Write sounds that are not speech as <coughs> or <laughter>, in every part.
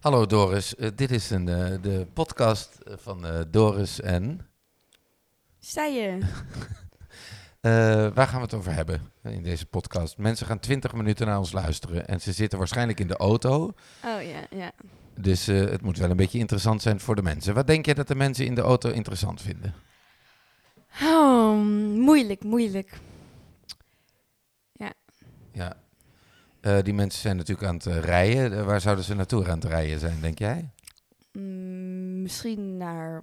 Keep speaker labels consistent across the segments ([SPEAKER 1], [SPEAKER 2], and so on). [SPEAKER 1] Hallo Doris, Eh, dit is een, eh, de podcast eh, van eh, Doris en...
[SPEAKER 2] Sta je?
[SPEAKER 1] Eh, waar gaan we het over hebben in deze podcast? Mensen gaan twintig minuten naar ons luisteren en ze zitten waarschijnlijk in de auto.
[SPEAKER 2] Oh ja, ja.
[SPEAKER 1] Dus eh, het moet wel een beetje interessant zijn voor de mensen. Wat denk jij dat de mensen in de auto interessant vinden?
[SPEAKER 2] Oh, moeilijk, moeilijk.
[SPEAKER 1] Ja. Eh, die mensen zijn natuurlijk aan het eh, rijden. Eh, waar zouden ze naartoe aan het rijden zijn, denk jij?
[SPEAKER 2] Mm, misschien naar,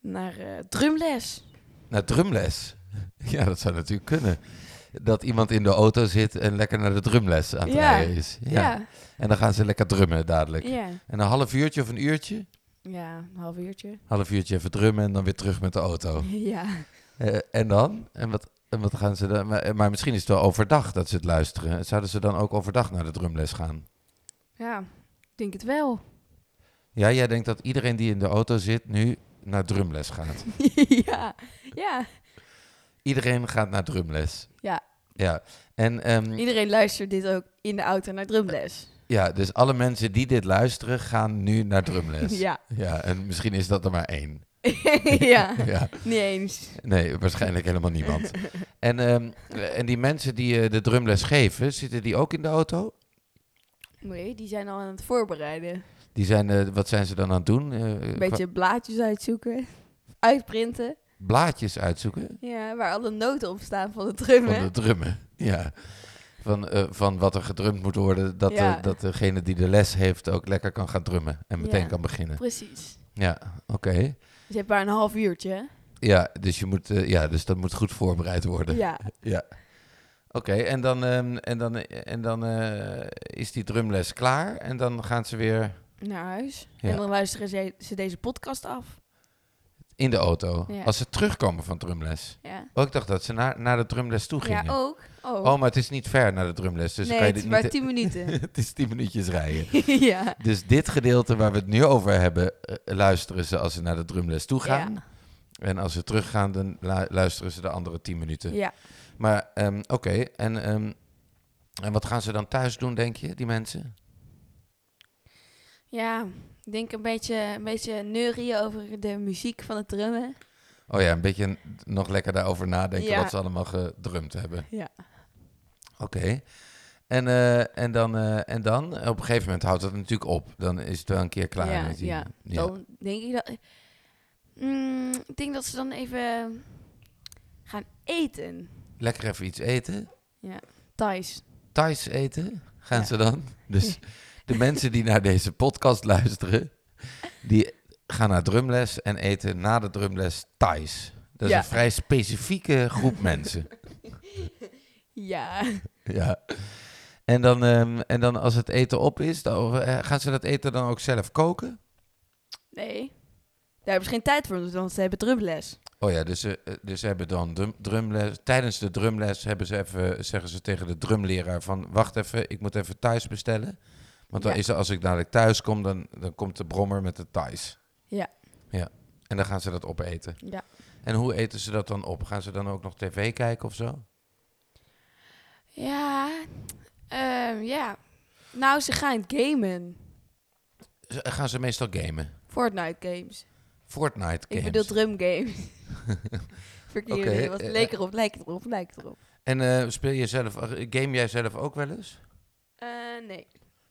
[SPEAKER 2] naar eh, drumles.
[SPEAKER 1] Naar drumles. <laughs> ja, dat zou natuurlijk kunnen. Dat iemand in de auto zit en lekker naar de drumles aan het
[SPEAKER 2] Ja.
[SPEAKER 1] rijden is.
[SPEAKER 2] Ja,
[SPEAKER 1] En dan gaan ze lekker drummen dadelijk.
[SPEAKER 2] ja.
[SPEAKER 1] En een half uurtje of een uurtje?
[SPEAKER 2] Ja, een half uurtje.
[SPEAKER 1] Half uurtje even drummen en dan weer terug met de auto.
[SPEAKER 2] Oh. <laughs> Ja.
[SPEAKER 1] Eh, en dan? En wat, en wat gaan ze dan? Maar, maar misschien is het wel overdag dat ze het luisteren. Zouden ze dan ook overdag naar de drumles gaan?
[SPEAKER 2] ja, ik denk het wel. <laughs>
[SPEAKER 1] Ja, jij denkt dat iedereen die in de auto zit nu naar drumles gaat.
[SPEAKER 2] ja, ja.
[SPEAKER 1] iedereen gaat naar drumles.
[SPEAKER 2] Ja.
[SPEAKER 1] Ja. En ehm,
[SPEAKER 2] Iedereen luistert dit ook in de auto naar drumles.
[SPEAKER 1] ja, dus alle mensen die dit luisteren gaan nu naar drumles.
[SPEAKER 2] <laughs> Ja.
[SPEAKER 1] Ja, en misschien is dat er maar één.
[SPEAKER 2] <laughs> ja,
[SPEAKER 1] <laughs> Ja.
[SPEAKER 2] niet eens.
[SPEAKER 1] Nee, waarschijnlijk helemaal
[SPEAKER 2] <laughs>
[SPEAKER 1] niemand. En, ehm, en die mensen die eh, de drumles geven, zitten die ook in de auto?
[SPEAKER 2] Nee, die zijn al aan het voorbereiden.
[SPEAKER 1] Die zijn, eh, wat zijn ze dan aan het doen? Eh,
[SPEAKER 2] Een beetje blaadjes uitzoeken, uitprinten.
[SPEAKER 1] qua- Blaadjes uitzoeken
[SPEAKER 2] Ja, waar alle noten op staan van de
[SPEAKER 1] van
[SPEAKER 2] drummen.
[SPEAKER 1] de drummen. Ja. Van, eh, van wat er gedrumd moet worden, dat, de-
[SPEAKER 2] Ja.
[SPEAKER 1] dat degene die de les heeft ook lekker kan gaan drummen en meteen
[SPEAKER 2] Ja.
[SPEAKER 1] kan beginnen.
[SPEAKER 2] Precies.
[SPEAKER 1] Ja, oké.
[SPEAKER 2] Dus je hebt maar een half uurtje. hè?
[SPEAKER 1] Ja, dus je moet, eh, ja, dus dat moet goed voorbereid worden.
[SPEAKER 2] Ja.
[SPEAKER 1] Oké, en dan, ehm, en dan, en dan eh, is die drumles klaar en dan gaan ze weer
[SPEAKER 2] Naar huis.
[SPEAKER 1] Ja.
[SPEAKER 2] En dan luisteren ze, ze deze podcast af.
[SPEAKER 1] in de auto.
[SPEAKER 2] Ja.
[SPEAKER 1] Als ze terugkomen van drumles.
[SPEAKER 2] Ja,
[SPEAKER 1] Oh, ik dacht dat ze naar, naar de drumles toe gingen.
[SPEAKER 2] ja ook. Oh,
[SPEAKER 1] Oh, maar het is niet ver naar de drumles, dus
[SPEAKER 2] nee,
[SPEAKER 1] dan kan je
[SPEAKER 2] het
[SPEAKER 1] dit
[SPEAKER 2] is
[SPEAKER 1] niet...
[SPEAKER 2] maar tien minuten.
[SPEAKER 1] <laughs> het is tien minuutjes rijden.
[SPEAKER 2] <laughs> ja.
[SPEAKER 1] Dus dit gedeelte waar we het nu over hebben, eh, luisteren ze als ze naar de drumles toe gaan.
[SPEAKER 2] Ja.
[SPEAKER 1] En als ze teruggaan, dan lu- luisteren ze de andere tien minuten.
[SPEAKER 2] ja.
[SPEAKER 1] Maar ehm, oké, en, ehm, en wat gaan ze dan thuis doen, denk je, die mensen?
[SPEAKER 2] Ja, ik denk een beetje, een beetje neurieën over de muziek van het drummen.
[SPEAKER 1] Oh ja, een beetje n- nog lekker daarover nadenken
[SPEAKER 2] Ja.
[SPEAKER 1] wat ze allemaal gedrumd hebben.
[SPEAKER 2] Ja.
[SPEAKER 1] Oké. En, eh, en, dan, eh, en dan, op een gegeven moment houdt dat natuurlijk op. Dan is het wel een keer klaar.
[SPEAKER 2] Ja,
[SPEAKER 1] met die-
[SPEAKER 2] ja. Oh. Dan denk ik dat... Mm, ik denk dat ze dan even gaan eten.
[SPEAKER 1] Lekker even iets eten.
[SPEAKER 2] Thais.
[SPEAKER 1] Thais eten gaan
[SPEAKER 2] Ja.
[SPEAKER 1] ze dan. Dus
[SPEAKER 2] <laughs>
[SPEAKER 1] de mensen die naar deze podcast luisteren, die gaan naar drumles en eten na de drumles Thais. Dat is
[SPEAKER 2] Ja.
[SPEAKER 1] een vrij specifieke groep
[SPEAKER 2] <laughs>
[SPEAKER 1] mensen.
[SPEAKER 2] Ja.
[SPEAKER 1] Ja. En dan, ehm, en dan als het eten op is, dan, eh, gaan ze dat eten dan ook zelf koken?
[SPEAKER 2] Nee. Daar hebben ze geen tijd voor, want ze hebben drumles.
[SPEAKER 1] Oh ja, dus ze, eh, dus ze hebben dan drum- drumles. Tijdens de drumles hebben ze even, zeggen ze tegen de drumleraar van... wacht even, ik moet even thuis bestellen. Want dan
[SPEAKER 2] Ja.
[SPEAKER 1] is er, als ik dadelijk thuis kom, dan, dan komt de brommer met de thuis.
[SPEAKER 2] Ja.
[SPEAKER 1] Ja, en dan gaan ze dat opeten.
[SPEAKER 2] Ja.
[SPEAKER 1] En hoe eten ze dat dan op? Gaan ze dan ook nog tv kijken of zo?
[SPEAKER 2] Ja, ehm, ja. Nou, ze gaan gamen.
[SPEAKER 1] Ze- eh, Gaan ze meestal gamen?
[SPEAKER 2] Fortnite games.
[SPEAKER 1] Fortnite
[SPEAKER 2] Ik
[SPEAKER 1] games?
[SPEAKER 2] bedoel drum games.
[SPEAKER 1] <laughs>
[SPEAKER 2] Verkeerde,
[SPEAKER 1] Oké,
[SPEAKER 2] wat
[SPEAKER 1] eh,
[SPEAKER 2] leek erop, lijkt erop, lijkt erop.
[SPEAKER 1] en eh, speel je zelf, eh, game jij zelf ook wel eens?
[SPEAKER 2] Eh, nee,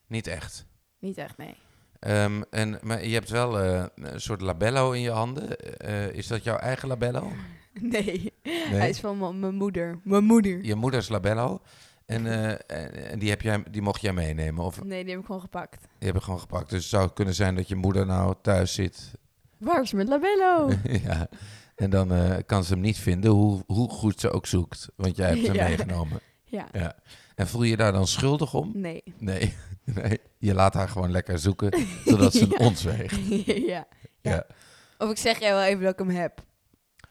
[SPEAKER 1] Niet echt.
[SPEAKER 2] niet echt, nee. <laughs>
[SPEAKER 1] Ehm, en, maar je hebt wel eh, een soort labello in je handen. Eh, is dat jouw eigen labello?
[SPEAKER 2] Nee,
[SPEAKER 1] Nee?
[SPEAKER 2] hij is van m- mijn moeder. Mijn moeder.
[SPEAKER 1] Je moeders labello. En, eh, en- en die, heb jij, die mocht jij meenemen. Of
[SPEAKER 2] Nee, die heb ik gewoon gepakt.
[SPEAKER 1] die heb je gewoon gepakt. Dus het zou kunnen zijn dat je moeder nou thuis zit.
[SPEAKER 2] Waar is mijn
[SPEAKER 1] <laughs>
[SPEAKER 2] labello?
[SPEAKER 1] ja. En dan eh, kan ze hem niet vinden, hoe, hoe goed ze ook zoekt. Want jij hebt hem
[SPEAKER 2] Ja.
[SPEAKER 1] meegenomen.
[SPEAKER 2] ja,
[SPEAKER 1] Ja. En voel je je daar dan schuldig om? <laughs>
[SPEAKER 2] nee.
[SPEAKER 1] Nee. nee. Je laat haar gewoon lekker zoeken, zodat ze
[SPEAKER 2] <laughs> Ja.
[SPEAKER 1] ons weegt.
[SPEAKER 2] ja.
[SPEAKER 1] Ja.
[SPEAKER 2] Of ik zeg jij wel even dat ik hem heb.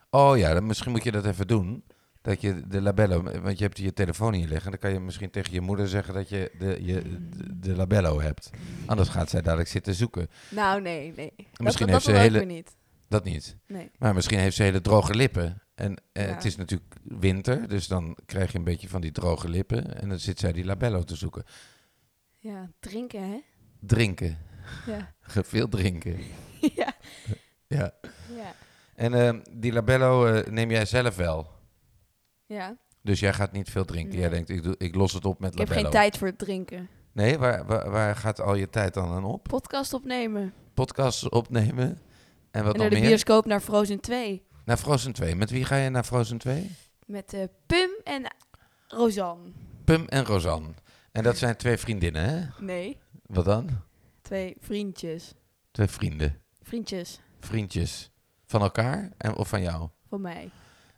[SPEAKER 1] Oh ja, dan misschien moet je dat even doen. Dat je de labello, want je hebt je telefoon hier liggen. Dan kan je misschien tegen je moeder zeggen dat je de, je, de, de labello hebt. Anders gaat zij dadelijk zitten zoeken.
[SPEAKER 2] Nou, nee, nee. Dat-
[SPEAKER 1] Misschien
[SPEAKER 2] dat,
[SPEAKER 1] heeft ze
[SPEAKER 2] wil ik
[SPEAKER 1] hele-
[SPEAKER 2] weer niet.
[SPEAKER 1] Dat niet.
[SPEAKER 2] Nee.
[SPEAKER 1] Maar misschien heeft ze hele droge lippen. En eh,
[SPEAKER 2] Ja.
[SPEAKER 1] het is natuurlijk winter, dus dan krijg je een beetje van die droge lippen. En dan zit zij die labello te zoeken.
[SPEAKER 2] Ja, drinken, hè?
[SPEAKER 1] Drinken. <laughs>
[SPEAKER 2] Ja.
[SPEAKER 1] Veel drinken.
[SPEAKER 2] <laughs> ja.
[SPEAKER 1] Ja.
[SPEAKER 2] Ja.
[SPEAKER 1] En ehm, die labello eh, neem jij zelf wel.
[SPEAKER 2] Ja.
[SPEAKER 1] Dus jij gaat niet veel drinken. Jij
[SPEAKER 2] Nee.
[SPEAKER 1] denkt, ik, doe, ik los het op met
[SPEAKER 2] Ik heb
[SPEAKER 1] labello.
[SPEAKER 2] geen tijd voor het drinken.
[SPEAKER 1] Nee, waar, waar, waar gaat al je tijd dan aan op?
[SPEAKER 2] Podcast opnemen.
[SPEAKER 1] Podcasts opnemen. En wat
[SPEAKER 2] en
[SPEAKER 1] nog
[SPEAKER 2] naar de
[SPEAKER 1] meer?
[SPEAKER 2] bioscoop naar Frozen 2.
[SPEAKER 1] Naar Frozen 2. Met wie ga je naar Frozen 2?
[SPEAKER 2] Met eh, Pum en Rosanne.
[SPEAKER 1] Pum en Rosanne. En dat zijn twee vriendinnen, hè?
[SPEAKER 2] Nee,
[SPEAKER 1] Wat dan?
[SPEAKER 2] twee vriendjes.
[SPEAKER 1] Twee vrienden.
[SPEAKER 2] Vriendjes
[SPEAKER 1] Vriendjes. Van elkaar en, of van jou?
[SPEAKER 2] van mij.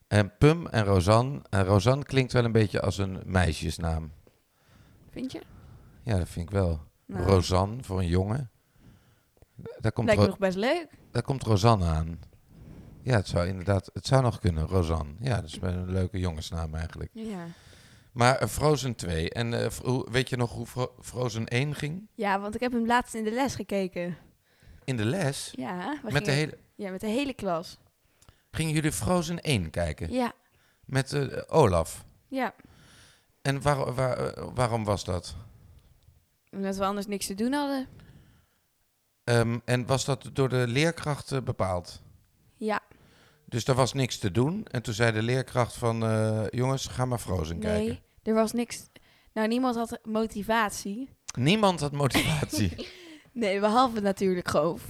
[SPEAKER 1] En Pum en Rosanne. En Rosanne klinkt wel een beetje als een meisjesnaam.
[SPEAKER 2] Vind je?
[SPEAKER 1] Ja, dat vind ik wel.
[SPEAKER 2] Nou,
[SPEAKER 1] Rosanne voor een jongen. Daar komt,
[SPEAKER 2] lijkt me
[SPEAKER 1] Ro-
[SPEAKER 2] nog best leuk.
[SPEAKER 1] daar komt Rosanne aan. Ja, het zou inderdaad... Het zou nog kunnen, Rosanne. Ja, dat is wel een leuke jongensnaam eigenlijk.
[SPEAKER 2] Ja.
[SPEAKER 1] Maar eh, Frozen 2. En eh, fro- hoe- weet je nog hoe Fro- Frozen 1 ging?
[SPEAKER 2] ja, want ik heb hem laatst in de les gekeken.
[SPEAKER 1] In de les?
[SPEAKER 2] Ja, we
[SPEAKER 1] Met de
[SPEAKER 2] gingen-
[SPEAKER 1] hele...
[SPEAKER 2] ja met de hele klas.
[SPEAKER 1] Gingen jullie Frozen 1 kijken?
[SPEAKER 2] Ja,
[SPEAKER 1] Met eh, Olaf.
[SPEAKER 2] ja.
[SPEAKER 1] En waar, waar- eh, waarom was dat?
[SPEAKER 2] Omdat we anders niks te doen hadden.
[SPEAKER 1] Ehm, en was dat door de leerkracht eh, bepaald?
[SPEAKER 2] Ja,
[SPEAKER 1] Dus daar was niks te doen. En toen zei de leerkracht van... eh, jongens, ga maar Frozen kijken.
[SPEAKER 2] nee, er was niks. Nou, niemand had motivatie.
[SPEAKER 1] Niemand had
[SPEAKER 2] <laughs>
[SPEAKER 1] motivatie.
[SPEAKER 2] Nee, behalve natuurlijk Goof.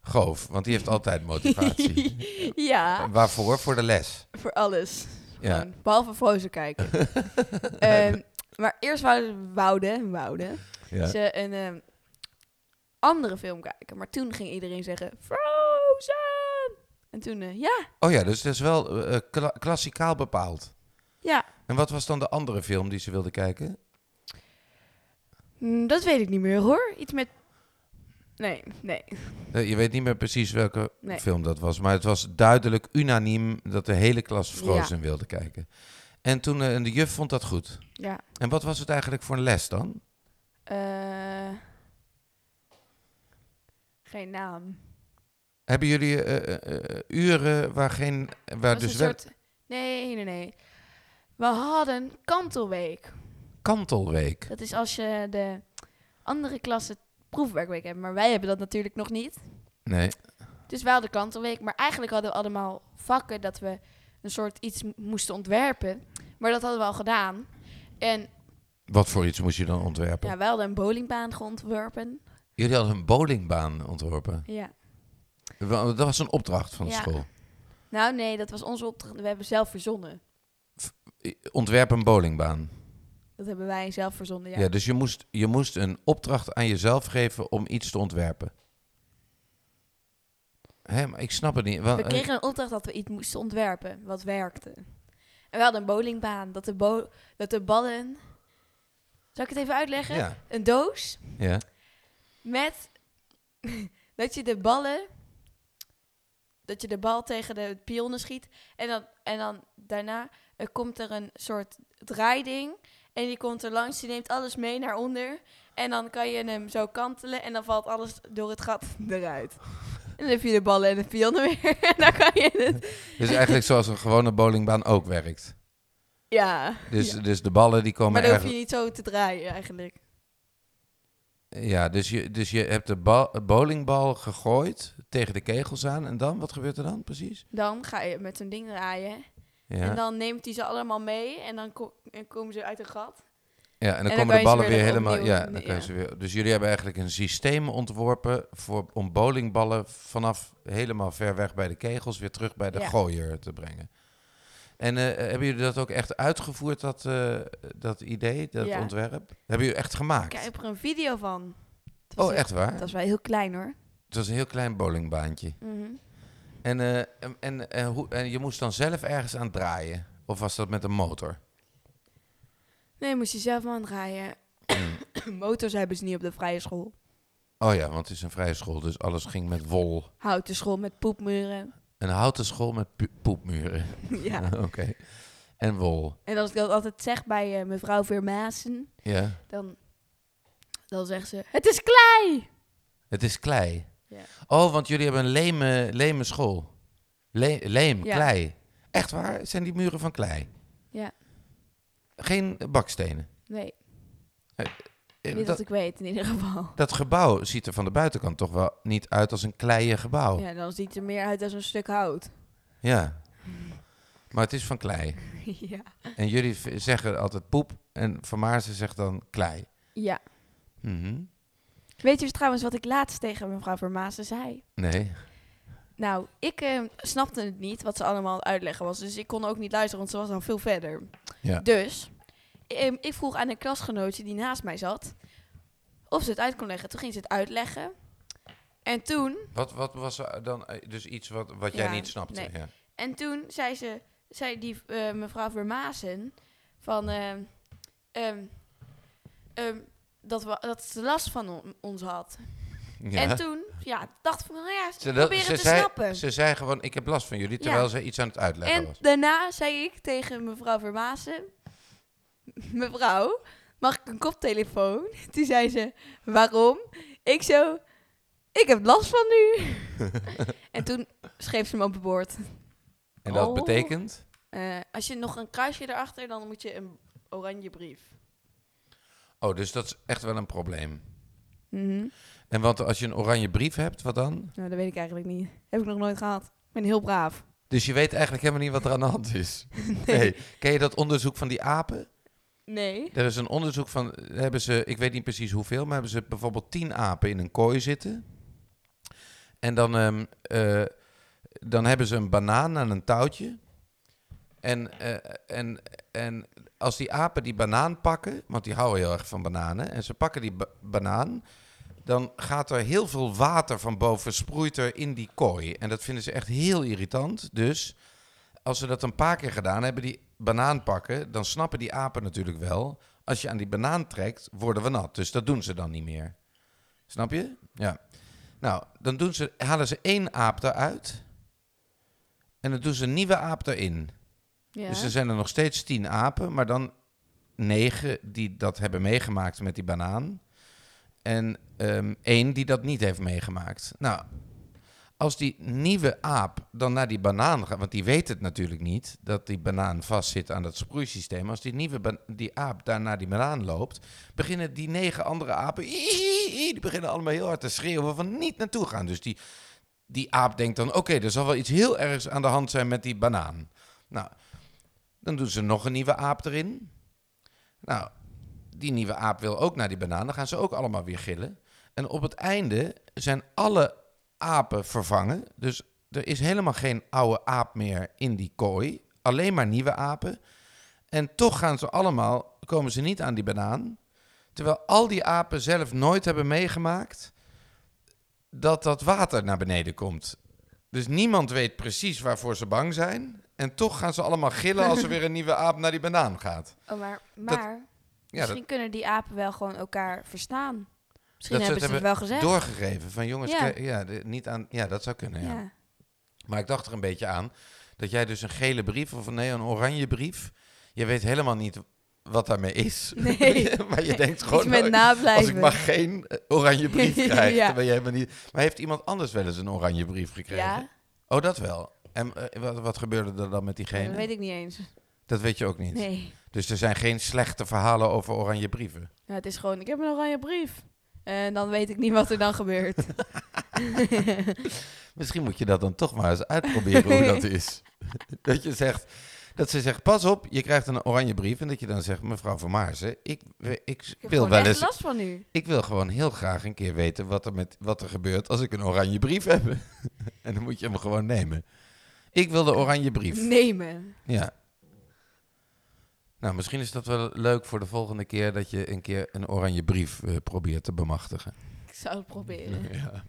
[SPEAKER 1] Goof, want die heeft altijd motivatie.
[SPEAKER 2] <laughs> ja,
[SPEAKER 1] Waarvoor? Voor de les.
[SPEAKER 2] voor alles.
[SPEAKER 1] Ja.
[SPEAKER 2] Gewoon, Behalve Frozen
[SPEAKER 1] <laughs>
[SPEAKER 2] kijken. Ehm, maar eerst wouden, wouden, wouden
[SPEAKER 1] Ja.
[SPEAKER 2] ze een ehm, andere film kijken. Maar toen ging iedereen zeggen, Frozen! En toen, eh, ja,
[SPEAKER 1] Oh ja, dus dat is wel eh, kla- klassikaal bepaald.
[SPEAKER 2] ja.
[SPEAKER 1] En wat was dan de andere film die ze wilde kijken?
[SPEAKER 2] Mm, dat weet ik niet meer hoor. Iets met... Nee, nee.
[SPEAKER 1] Eh, je weet niet meer precies welke
[SPEAKER 2] Nee.
[SPEAKER 1] film dat was. Maar het was duidelijk unaniem dat de hele klas Frozen wilde kijken. En toen eh, en de juf vond dat goed.
[SPEAKER 2] Ja.
[SPEAKER 1] En wat was het eigenlijk voor een les dan?
[SPEAKER 2] Eh, geen naam.
[SPEAKER 1] Hebben jullie eh, eh, eh, uren waar geen. Waar
[SPEAKER 2] Was
[SPEAKER 1] dus
[SPEAKER 2] een
[SPEAKER 1] wel.
[SPEAKER 2] soort... Nee, nee, nee. We hadden kantelweek.
[SPEAKER 1] Kantelweek.
[SPEAKER 2] Dat is als je de andere klasse proefwerkweek hebt. Maar wij hebben dat natuurlijk nog niet.
[SPEAKER 1] Nee.
[SPEAKER 2] Dus wij hadden kantelweek. Maar eigenlijk hadden we allemaal vakken dat we een soort iets m- moesten ontwerpen. Maar dat hadden we al gedaan. En
[SPEAKER 1] Wat voor iets moest je dan ontwerpen?
[SPEAKER 2] ja, wij hadden een bowlingbaan geontworpen.
[SPEAKER 1] Jullie hadden een bowlingbaan ontworpen.
[SPEAKER 2] Ja.
[SPEAKER 1] Wa- Dat was een opdracht van de
[SPEAKER 2] Ja.
[SPEAKER 1] school.
[SPEAKER 2] Nou nee, dat was onze opdracht. We hebben zelf verzonnen.
[SPEAKER 1] I- Ontwerp een bowlingbaan.
[SPEAKER 2] Dat hebben wij zelf verzonnen,
[SPEAKER 1] Ja,
[SPEAKER 2] ja.
[SPEAKER 1] dus je moest, je moest een opdracht aan jezelf geven om iets te ontwerpen. Hé, maar ik snap het niet. eh, Wa-
[SPEAKER 2] We kregen een opdracht dat we iets moesten ontwerpen, wat werkte. En we hadden een bowlingbaan, dat de, bo dat de ballen... Zal ik het even uitleggen?
[SPEAKER 1] Ja,
[SPEAKER 2] Een doos
[SPEAKER 1] ja.
[SPEAKER 2] met... <laughs> dat je de ballen... Dat je de bal tegen de pionnen schiet. En dan, en dan daarna eh, komt er een soort draaiding. En die komt er langs, die neemt alles mee naar onder. En dan kan je hem zo kantelen en dan valt alles door het gat <laughs> eruit. En dan heb je de ballen en de pionnen weer. <laughs> En dan kan je het
[SPEAKER 1] Dus eigenlijk zoals een gewone bowlingbaan ook werkt.
[SPEAKER 2] Ja.
[SPEAKER 1] Dus,
[SPEAKER 2] Ja.
[SPEAKER 1] dus de ballen die komen
[SPEAKER 2] Maar dan hoef je
[SPEAKER 1] ergens-
[SPEAKER 2] niet zo te draaien eigenlijk.
[SPEAKER 1] Ja, dus je, dus je hebt de bal, bowlingbal gegooid tegen de kegels aan. En dan, wat gebeurt er dan precies?
[SPEAKER 2] Dan ga je met zo'n ding draaien.
[SPEAKER 1] Ja,
[SPEAKER 2] En dan neemt hij ze allemaal mee. En dan ko- en komen ze uit een gat.
[SPEAKER 1] ja, en dan komen
[SPEAKER 2] dan kan
[SPEAKER 1] de
[SPEAKER 2] je ze
[SPEAKER 1] ballen
[SPEAKER 2] weer
[SPEAKER 1] weer
[SPEAKER 2] opnieuw-
[SPEAKER 1] helemaal... Ja, dan
[SPEAKER 2] opnieuw,
[SPEAKER 1] kan je
[SPEAKER 2] ja.
[SPEAKER 1] ze weer, dus jullie hebben eigenlijk een systeem ontworpen voor, om bowlingballen vanaf helemaal ver weg bij de kegels weer terug bij de
[SPEAKER 2] Ja.
[SPEAKER 1] gooier te brengen. En eh, hebben jullie dat ook echt uitgevoerd, dat, eh, dat idee, dat
[SPEAKER 2] Ja.
[SPEAKER 1] ontwerp? Hebben jullie echt gemaakt?
[SPEAKER 2] Ik heb er een video van. Het was
[SPEAKER 1] oh,
[SPEAKER 2] heel-
[SPEAKER 1] echt waar?
[SPEAKER 2] Het was wel heel klein hoor.
[SPEAKER 1] Het was een heel klein bowlingbaantje.
[SPEAKER 2] Mhm.
[SPEAKER 1] En, eh, en, en, en, hoe, en je moest dan zelf ergens aan draaien? Of was dat met een motor?
[SPEAKER 2] <coughs> Nee, moest je zelf maar aan draaien. <clears throat> Motors hebben ze niet op de vrije school.
[SPEAKER 1] Oh ja, want het is een vrije school, dus alles ging met wol.
[SPEAKER 2] Houten school met poepmuren.
[SPEAKER 1] Een houten school met pu- poepmuren.
[SPEAKER 2] ja.
[SPEAKER 1] <laughs> Oké. En wol.
[SPEAKER 2] En als ik dat altijd zeg bij eh, mevrouw Vermaassen,
[SPEAKER 1] Ja.
[SPEAKER 2] dan, dan zegt ze: Het is klei!
[SPEAKER 1] Het is klei.
[SPEAKER 2] Ja.
[SPEAKER 1] Oh, want jullie hebben een leme, leme school. Le- leem,
[SPEAKER 2] Ja.
[SPEAKER 1] klei. Echt waar? Zijn die muren van klei?
[SPEAKER 2] Ja.
[SPEAKER 1] Geen bakstenen.
[SPEAKER 2] Nee.
[SPEAKER 1] eh,
[SPEAKER 2] Niet dat,
[SPEAKER 1] dat,
[SPEAKER 2] ik weet, in ieder geval.
[SPEAKER 1] dat gebouw ziet er van de buitenkant toch wel niet uit als een kleien gebouw. Ja.
[SPEAKER 2] Ja, dan ziet het er meer uit als een stuk hout.
[SPEAKER 1] Maar het is van klei.
[SPEAKER 2] <laughs> ja.
[SPEAKER 1] En jullie v- zeggen altijd poep en Van Maarsen zegt dan klei.
[SPEAKER 2] ja.
[SPEAKER 1] Mhm.
[SPEAKER 2] Weet je trouwens wat ik laatst tegen mevrouw Vermaassen zei?
[SPEAKER 1] Nee.
[SPEAKER 2] Nou, ik eh, snapte het niet wat ze allemaal aan het uitleggen was. Dus ik kon ook niet luisteren, want ze was al veel verder.
[SPEAKER 1] Ja.
[SPEAKER 2] Dus ehm, ik vroeg aan een klasgenootje die naast mij zat of ze het uit kon leggen. Toen ging ze het uitleggen. En toen,
[SPEAKER 1] Wat, wat was er dan eh, dus iets wat, wat jij
[SPEAKER 2] Ja,
[SPEAKER 1] niet snapte?
[SPEAKER 2] nee.
[SPEAKER 1] Ja.
[SPEAKER 2] en toen zei ze, zei die eh, mevrouw Vermaassen van ehm, ehm, ehm, dat, we, dat ze last van on- ons had.
[SPEAKER 1] Ja.
[SPEAKER 2] En toen, ja, dacht ik van, nou ja,
[SPEAKER 1] Ze,
[SPEAKER 2] ze
[SPEAKER 1] dat-
[SPEAKER 2] proberen
[SPEAKER 1] ze
[SPEAKER 2] te
[SPEAKER 1] zei,
[SPEAKER 2] snappen.
[SPEAKER 1] Ze zei gewoon, ik heb last van jullie, terwijl ze iets aan het uitleggen
[SPEAKER 2] En
[SPEAKER 1] was.
[SPEAKER 2] daarna zei ik tegen mevrouw Vermaassen... Mevrouw, mag ik een koptelefoon? <laughs> Toen zei ze, waarom? Ik zo, ik heb last van nu.
[SPEAKER 1] <laughs>
[SPEAKER 2] en toen schreef ze me op het bord.
[SPEAKER 1] En dat
[SPEAKER 2] Oh.
[SPEAKER 1] betekent?
[SPEAKER 2] Eh, als je nog een kruisje erachter, dan moet je een oranje brief.
[SPEAKER 1] Oh, dus dat is echt wel een probleem.
[SPEAKER 2] Mhm.
[SPEAKER 1] En want als je een oranje brief hebt, wat dan?
[SPEAKER 2] Nou, dat weet ik eigenlijk niet. Heb ik nog nooit gehad. Ik ben heel braaf.
[SPEAKER 1] Dus je weet eigenlijk helemaal niet wat er aan de hand
[SPEAKER 2] <laughs>
[SPEAKER 1] is. Nee. Ken je dat onderzoek van die apen?
[SPEAKER 2] Nee.
[SPEAKER 1] Er is een onderzoek van, hebben ze, ik weet niet precies hoeveel, maar hebben ze bijvoorbeeld tien apen in een kooi zitten. En dan, ehm, eh, dan hebben ze een banaan aan een touwtje. En, eh, en, en als die apen die banaan pakken, want die houden heel erg van bananen, en ze pakken die ba- banaan, dan gaat er heel veel water van boven, sproeit er in die kooi. En dat vinden ze echt heel irritant. Dus als ze dat een paar keer gedaan hebben, die banaan pakken, dan snappen die apen natuurlijk wel. Als je aan die banaan trekt, worden we nat. Dus dat doen ze dan niet meer. Snap je? Ja. Nou, dan doen ze, halen ze één aap eruit. En dan doen ze een nieuwe aap erin.
[SPEAKER 2] Ja.
[SPEAKER 1] Dus er zijn er nog steeds tien apen, maar dan negen die dat hebben meegemaakt met die banaan. En ehm, één die dat niet heeft meegemaakt. Nou, als die nieuwe aap dan naar die banaan gaat, want die weet het natuurlijk niet dat die banaan vastzit aan dat sproeisysteem. Als die nieuwe ba- die aap daar naar die banaan loopt, beginnen die negen andere apen, "Ie, ie, ie," die beginnen allemaal heel hard te schreeuwen van niet naartoe gaan. Dus die, die aap denkt dan, oké, er zal wel iets heel ergs aan de hand zijn met die banaan. Nou, dan doen ze nog een nieuwe aap erin. Nou, die nieuwe aap wil ook naar die banaan. Dan gaan ze ook allemaal weer gillen. En op het einde zijn alle apen vervangen. Dus er is helemaal geen oude aap meer in die kooi. Alleen maar nieuwe apen. En toch gaan ze allemaal, komen ze niet aan die banaan. Terwijl al die apen zelf nooit hebben meegemaakt dat dat water naar beneden komt. Dus niemand weet precies waarvoor ze bang zijn. En toch gaan ze allemaal gillen als er weer
[SPEAKER 2] <laughs>
[SPEAKER 1] een nieuwe aap naar die banaan gaat.
[SPEAKER 2] Oh, maar maar
[SPEAKER 1] Ja, dat-
[SPEAKER 2] misschien kunnen die apen wel gewoon elkaar verstaan. Misschien
[SPEAKER 1] Dat ze
[SPEAKER 2] hebben
[SPEAKER 1] het
[SPEAKER 2] ze het wel gezegd.
[SPEAKER 1] doorgegeven van jongens,
[SPEAKER 2] Ja.
[SPEAKER 1] ke- ja, de- niet aan, ja dat zou kunnen. Ja.
[SPEAKER 2] ja.
[SPEAKER 1] Maar ik dacht er een beetje aan dat jij dus een gele brief of nee, een oranje brief. Je weet helemaal niet wat daarmee is.
[SPEAKER 2] <laughs> Nee.
[SPEAKER 1] <laughs> maar je
[SPEAKER 2] Nee,
[SPEAKER 1] denkt gewoon,
[SPEAKER 2] Iets met
[SPEAKER 1] nou,
[SPEAKER 2] nablijven.
[SPEAKER 1] als ik maar geen eh, oranje brief krijg,
[SPEAKER 2] <laughs> Ja.
[SPEAKER 1] dan ben je helemaal niet. Maar heeft iemand anders wel eens een oranje brief gekregen?
[SPEAKER 2] Ja,
[SPEAKER 1] Oh, dat wel. En eh, wat, wat gebeurde er dan met diegene?
[SPEAKER 2] dat weet ik niet eens.
[SPEAKER 1] Dat weet je ook niet.
[SPEAKER 2] Nee.
[SPEAKER 1] Dus er zijn geen slechte verhalen over oranje brieven.
[SPEAKER 2] Nou, het is gewoon, ik heb een oranje brief. En dan weet ik niet wat er dan gebeurt.
[SPEAKER 1] Misschien moet je dat dan toch maar eens uitproberen hoe
[SPEAKER 2] <laughs>
[SPEAKER 1] dat is. <laughs> dat je zegt, dat ze zegt, pas op, je krijgt een oranje brief. En dat je dan zegt, mevrouw Van Maarsen, ik, ik,
[SPEAKER 2] Ik
[SPEAKER 1] wil
[SPEAKER 2] heb
[SPEAKER 1] wel
[SPEAKER 2] wel echt
[SPEAKER 1] eens...
[SPEAKER 2] last van nu.
[SPEAKER 1] Ik wil gewoon heel graag een keer weten wat er, met, wat er gebeurt als ik een oranje brief heb. <laughs> en dan moet je hem gewoon nemen. Ik wil de oranje brief.
[SPEAKER 2] Nemen.
[SPEAKER 1] Ja. Nou, misschien is dat wel leuk voor de volgende keer dat je een keer een oranje brief eh, probeert te bemachtigen.
[SPEAKER 2] Ik zou het proberen.
[SPEAKER 1] <laughs> Ja.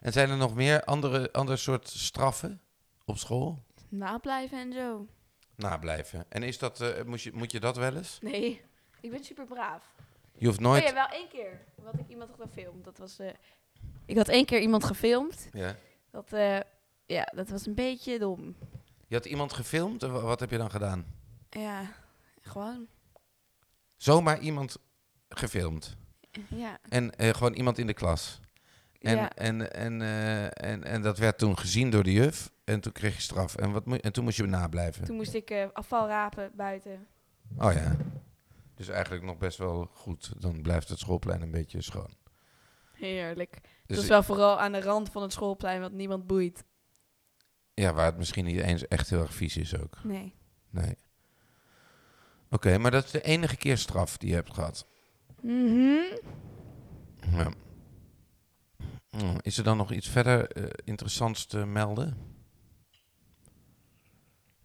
[SPEAKER 1] En zijn er nog meer andere, ander soort straffen op school?
[SPEAKER 2] Nablijven en zo.
[SPEAKER 1] Nablijven. En is dat, eh, moet, je, moet je dat wel eens?
[SPEAKER 2] Nee, ik ben super braaf.
[SPEAKER 1] Je hoeft
[SPEAKER 2] Oh
[SPEAKER 1] nooit...
[SPEAKER 2] ja, wel één keer. Wat ik iemand had gefilmd. Dat was, eh, ik had één keer iemand gefilmd.
[SPEAKER 1] Ja.
[SPEAKER 2] Dat, eh, ja, dat was een beetje dom.
[SPEAKER 1] Je had iemand gefilmd, en wa- wat heb je dan gedaan?
[SPEAKER 2] Ja, gewoon.
[SPEAKER 1] Zomaar iemand gefilmd.
[SPEAKER 2] Ja.
[SPEAKER 1] En eh, gewoon iemand in de klas. En,
[SPEAKER 2] ja.
[SPEAKER 1] en, en, eh, en, en dat werd toen gezien door de juf. En toen kreeg je straf. En, wat, moe- en toen moest je nablijven.
[SPEAKER 2] Toen moest ik eh, afval rapen buiten.
[SPEAKER 1] Oh ja. Dus eigenlijk nog best wel goed. Dan blijft het schoolplein een beetje schoon.
[SPEAKER 2] Heerlijk.
[SPEAKER 1] Dus
[SPEAKER 2] het was wel vooral aan de rand van het schoolplein wat niemand boeit.
[SPEAKER 1] ja, waar het misschien niet eens echt heel erg vies is ook.
[SPEAKER 2] Nee.
[SPEAKER 1] Nee. Oké, maar dat is de enige keer straf die je hebt gehad. Ja. Mm, Is er dan nog iets verder eh, interessants te melden?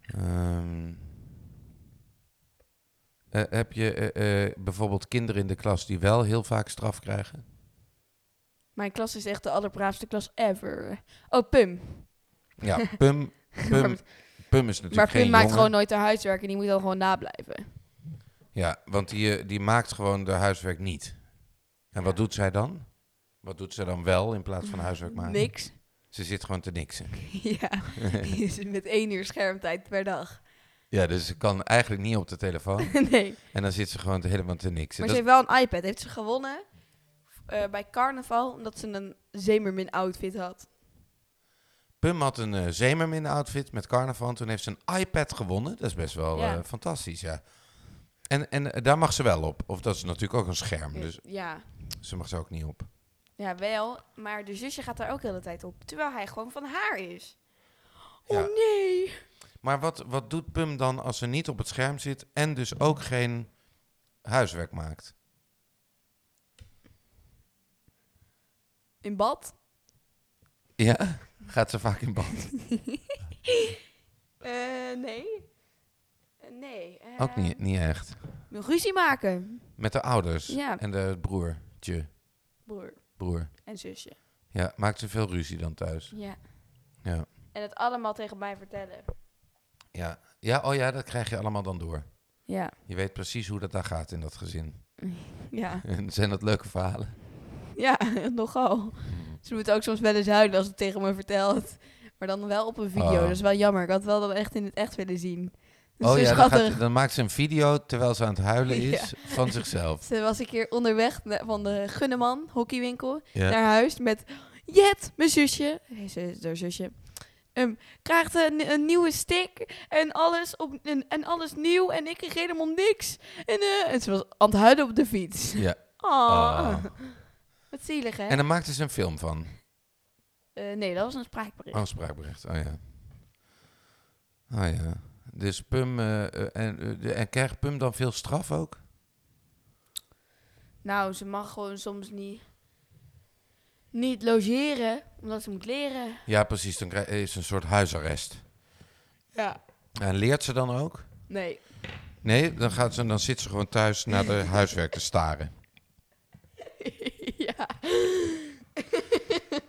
[SPEAKER 1] Ehm, eh, heb je eh, eh, bijvoorbeeld kinderen in de klas die wel heel vaak straf krijgen?
[SPEAKER 2] Mijn klas is echt de allerbraafste klas ever. Oh, Pum.
[SPEAKER 1] Ja,
[SPEAKER 2] <laughs>
[SPEAKER 1] Pum, Pum,
[SPEAKER 2] maar
[SPEAKER 1] Pum is natuurlijk
[SPEAKER 2] maar
[SPEAKER 1] geen
[SPEAKER 2] Pum maakt
[SPEAKER 1] jongen.
[SPEAKER 2] gewoon nooit haar huiswerk en die moet dan gewoon nablijven.
[SPEAKER 1] Ja, want die, eh, die maakt gewoon de huiswerk niet. En wat doet zij dan? Wat doet zij dan wel in plaats van huiswerk maken?
[SPEAKER 2] Niks. <laughs>
[SPEAKER 1] Ze zit gewoon te niksen. <laughs>
[SPEAKER 2] ja, die is met één uur schermtijd per dag. <laughs>
[SPEAKER 1] Ja, dus ze kan eigenlijk niet op de telefoon.
[SPEAKER 2] nee.
[SPEAKER 1] en dan zit ze gewoon te- helemaal te niksen.
[SPEAKER 2] Maar ze
[SPEAKER 1] Dat-
[SPEAKER 2] heeft wel een iPad. Heeft ze gewonnen eh, bij carnaval omdat ze een Zemermin outfit had.
[SPEAKER 1] Pum had een eh Zemermin-outfit met carnaval. Toen heeft ze een iPad gewonnen. Dat is best wel
[SPEAKER 2] Ja.
[SPEAKER 1] eh, fantastisch, ja. En, en eh, daar mag ze wel op. Of dat is natuurlijk ook een scherm, dus
[SPEAKER 2] Eh, Ja.
[SPEAKER 1] ze mag ze ook niet op.
[SPEAKER 2] ja, wel. Maar de zusje gaat daar ook de hele tijd op. Terwijl hij gewoon van haar is.
[SPEAKER 1] Ja.
[SPEAKER 2] Oh nee.
[SPEAKER 1] Maar wat, wat doet Pum dan als ze niet op het scherm zit en dus ook geen huiswerk maakt?
[SPEAKER 2] In bad?
[SPEAKER 1] Ja, gaat ze vaak in bad.
[SPEAKER 2] Eh, nee. Eh, nee. eh,
[SPEAKER 1] Ook niet, niet echt.
[SPEAKER 2] Ruzie maken.
[SPEAKER 1] Met de ouders
[SPEAKER 2] Ja.
[SPEAKER 1] en de broertje.
[SPEAKER 2] Broer
[SPEAKER 1] Broer.
[SPEAKER 2] en zusje.
[SPEAKER 1] Ja, maakt ze veel ruzie dan thuis.
[SPEAKER 2] Ja.
[SPEAKER 1] Ja.
[SPEAKER 2] En het allemaal tegen mij vertellen.
[SPEAKER 1] Ja. ja, oh ja, dat krijg je allemaal dan door.
[SPEAKER 2] Ja.
[SPEAKER 1] Je weet precies hoe dat daar gaat in dat gezin. <laughs>
[SPEAKER 2] Ja.
[SPEAKER 1] En zijn dat leuke verhalen?
[SPEAKER 2] Ja, <laughs> nogal. Ze moet ook soms wel eens huilen als het tegen me vertelt. Maar dan wel op een video.
[SPEAKER 1] Ah.
[SPEAKER 2] Dat is wel jammer. Ik had wel dan echt in het echt willen zien. Dat is
[SPEAKER 1] Oh
[SPEAKER 2] zo
[SPEAKER 1] ja, dan,
[SPEAKER 2] schattig.
[SPEAKER 1] gaat, dan maakt ze een video terwijl ze aan het huilen is van
[SPEAKER 2] <laughs>
[SPEAKER 1] zichzelf.
[SPEAKER 2] Ze was een keer onderweg na- van de Gunneman hockeywinkel
[SPEAKER 1] Ja.
[SPEAKER 2] naar huis met Jet, mijn zusje. Hey, ze is haar zusje. Ehm, krijgt een, een nieuwe stick en alles, op, en, en alles nieuw. En ik kreeg helemaal niks. En, eh, en ze was aan het huilen op de fiets.
[SPEAKER 1] Ja.
[SPEAKER 2] Ah,
[SPEAKER 1] Ah.
[SPEAKER 2] Wat zielig, hè?
[SPEAKER 1] En dan maakte ze dus een film van.
[SPEAKER 2] Eh, nee, dat was een spraakbericht.
[SPEAKER 1] Oh, spraakbericht. Oh ja. Oh ja. Dus Pum, eh, eh, en, eh, de- en krijgt Pum dan veel straf ook?
[SPEAKER 2] Nou, ze mag gewoon soms niet, niet logeren, omdat ze moet leren.
[SPEAKER 1] Ja, precies. Dan krijg- is een soort huisarrest.
[SPEAKER 2] Ja.
[SPEAKER 1] En leert ze dan ook?
[SPEAKER 2] Nee.
[SPEAKER 1] Nee, dan, gaat ze, dan zit ze gewoon thuis naar
[SPEAKER 2] <laughs>
[SPEAKER 1] de huiswerk te staren.
[SPEAKER 2] ja,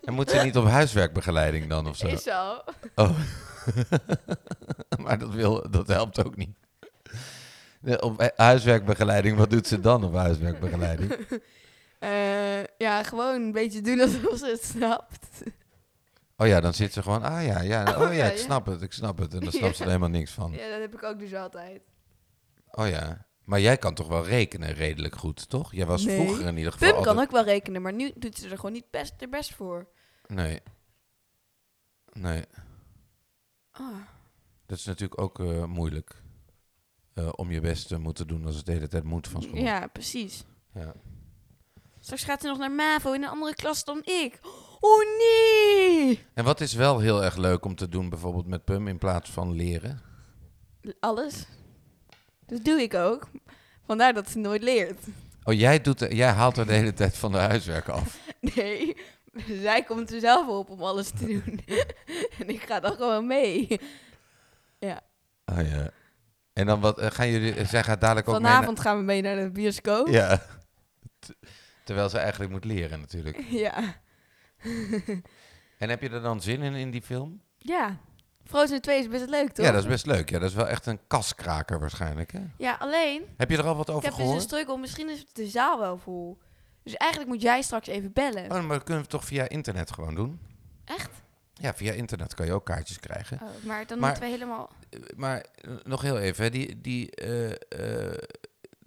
[SPEAKER 1] En moet ze niet op huiswerkbegeleiding dan of zo?
[SPEAKER 2] is zo.
[SPEAKER 1] Oh. <laughs> maar dat, wil, dat helpt ook niet. Nee, Op eh, huiswerkbegeleiding, wat doet ze dan op huiswerkbegeleiding?
[SPEAKER 2] <laughs> Eh, ja, gewoon een beetje doen alsof ze het snapt.
[SPEAKER 1] Oh ja, dan zit ze gewoon, ah ja, ja, oh
[SPEAKER 2] ja,
[SPEAKER 1] ja, ik
[SPEAKER 2] ja.
[SPEAKER 1] snap het, ik snap het. En dan snapt ze er
[SPEAKER 2] <laughs> Ja.
[SPEAKER 1] helemaal niks van.
[SPEAKER 2] Ja, dat heb ik ook dus altijd.
[SPEAKER 1] Oh ja, maar jij kan toch wel rekenen redelijk goed, toch? Jij was
[SPEAKER 2] Nee.
[SPEAKER 1] vroeger in ieder geval
[SPEAKER 2] Pum kan
[SPEAKER 1] altijd-
[SPEAKER 2] ook wel rekenen, maar nu doet ze er gewoon niet best, er best voor.
[SPEAKER 1] Nee. Nee.
[SPEAKER 2] Ah,
[SPEAKER 1] Dat is natuurlijk ook eh, moeilijk. eh, om je best te moeten doen als het de hele tijd moet van school.
[SPEAKER 2] ja, precies.
[SPEAKER 1] Ja.
[SPEAKER 2] Straks gaat ze nog naar MAVO in een andere klas dan ik. Oh nee!
[SPEAKER 1] En wat is wel heel erg leuk om te doen bijvoorbeeld met PUM in plaats van leren?
[SPEAKER 2] Alles. Dat doe ik ook. Vandaar dat ze nooit leert.
[SPEAKER 1] Oh, jij, doet, de- jij haalt er de hele tijd van de huiswerk af.
[SPEAKER 2] <laughs> Nee, zij komt er zelf op om alles te doen. <laughs> en ik ga dan gewoon mee.
[SPEAKER 1] Ah ja. En dan wat, eh, gaan jullie, eh, zij gaat dadelijk ook mee
[SPEAKER 2] Vanavond gaan we mee naar de bioscoop. <laughs>
[SPEAKER 1] naar- Ja. T- Terwijl ze eigenlijk moet leren natuurlijk.
[SPEAKER 2] Ja.
[SPEAKER 1] En heb je er dan zin in, in die film?
[SPEAKER 2] Ja. Frozen 2 is best leuk, toch?
[SPEAKER 1] Ja, dat is best leuk. Ja, dat is wel echt een kaskraker waarschijnlijk, hè?
[SPEAKER 2] Ja, alleen,
[SPEAKER 1] Heb je er al wat
[SPEAKER 2] ik
[SPEAKER 1] over
[SPEAKER 2] heb dus een
[SPEAKER 1] gehoord?
[SPEAKER 2] struggle. Misschien is de zaal wel vol. Dus eigenlijk moet jij straks even bellen.
[SPEAKER 1] Oh, maar dat kunnen we toch via internet gewoon doen?
[SPEAKER 2] Echt?
[SPEAKER 1] Ja, via internet kan je ook kaartjes krijgen.
[SPEAKER 2] Oh, maar dan
[SPEAKER 1] Maar-
[SPEAKER 2] moeten we helemaal...
[SPEAKER 1] Eh, Maar eh, nog heel even, hè, die, die, eh, eh,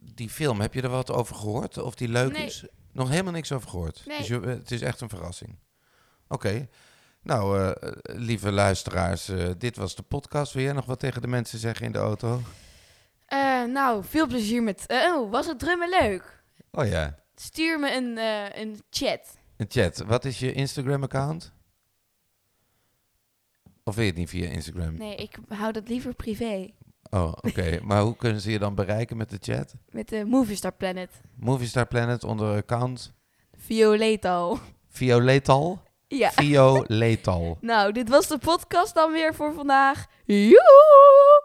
[SPEAKER 1] die film, heb je er wat over gehoord? Of die leuk
[SPEAKER 2] Nee.
[SPEAKER 1] is? Nog helemaal niks over gehoord.
[SPEAKER 2] Nee.
[SPEAKER 1] Dus je- eh, het is echt een verrassing. Oké. Nou, eh, eh, lieve luisteraars, eh, dit was de podcast. Wil jij nog wat tegen de mensen zeggen in de auto?
[SPEAKER 2] Eh, nou, veel plezier met... eh, oh, was het drummen leuk?
[SPEAKER 1] Oh ja.
[SPEAKER 2] Stuur me een, eh, een chat.
[SPEAKER 1] Een chat. Wat is je Instagram-account? Of wil je het niet via Instagram?
[SPEAKER 2] Nee, ik hou dat liever privé.
[SPEAKER 1] Oh, oké. <laughs> maar hoe kunnen ze je dan bereiken met de chat?
[SPEAKER 2] Met de Movie Star Planet.
[SPEAKER 1] Movie Star Planet onder account
[SPEAKER 2] Violeto.
[SPEAKER 1] Violetal.
[SPEAKER 2] <laughs> Ja.
[SPEAKER 1] Violetal.
[SPEAKER 2] Nou, dit was de podcast dan weer voor vandaag. Joehoe!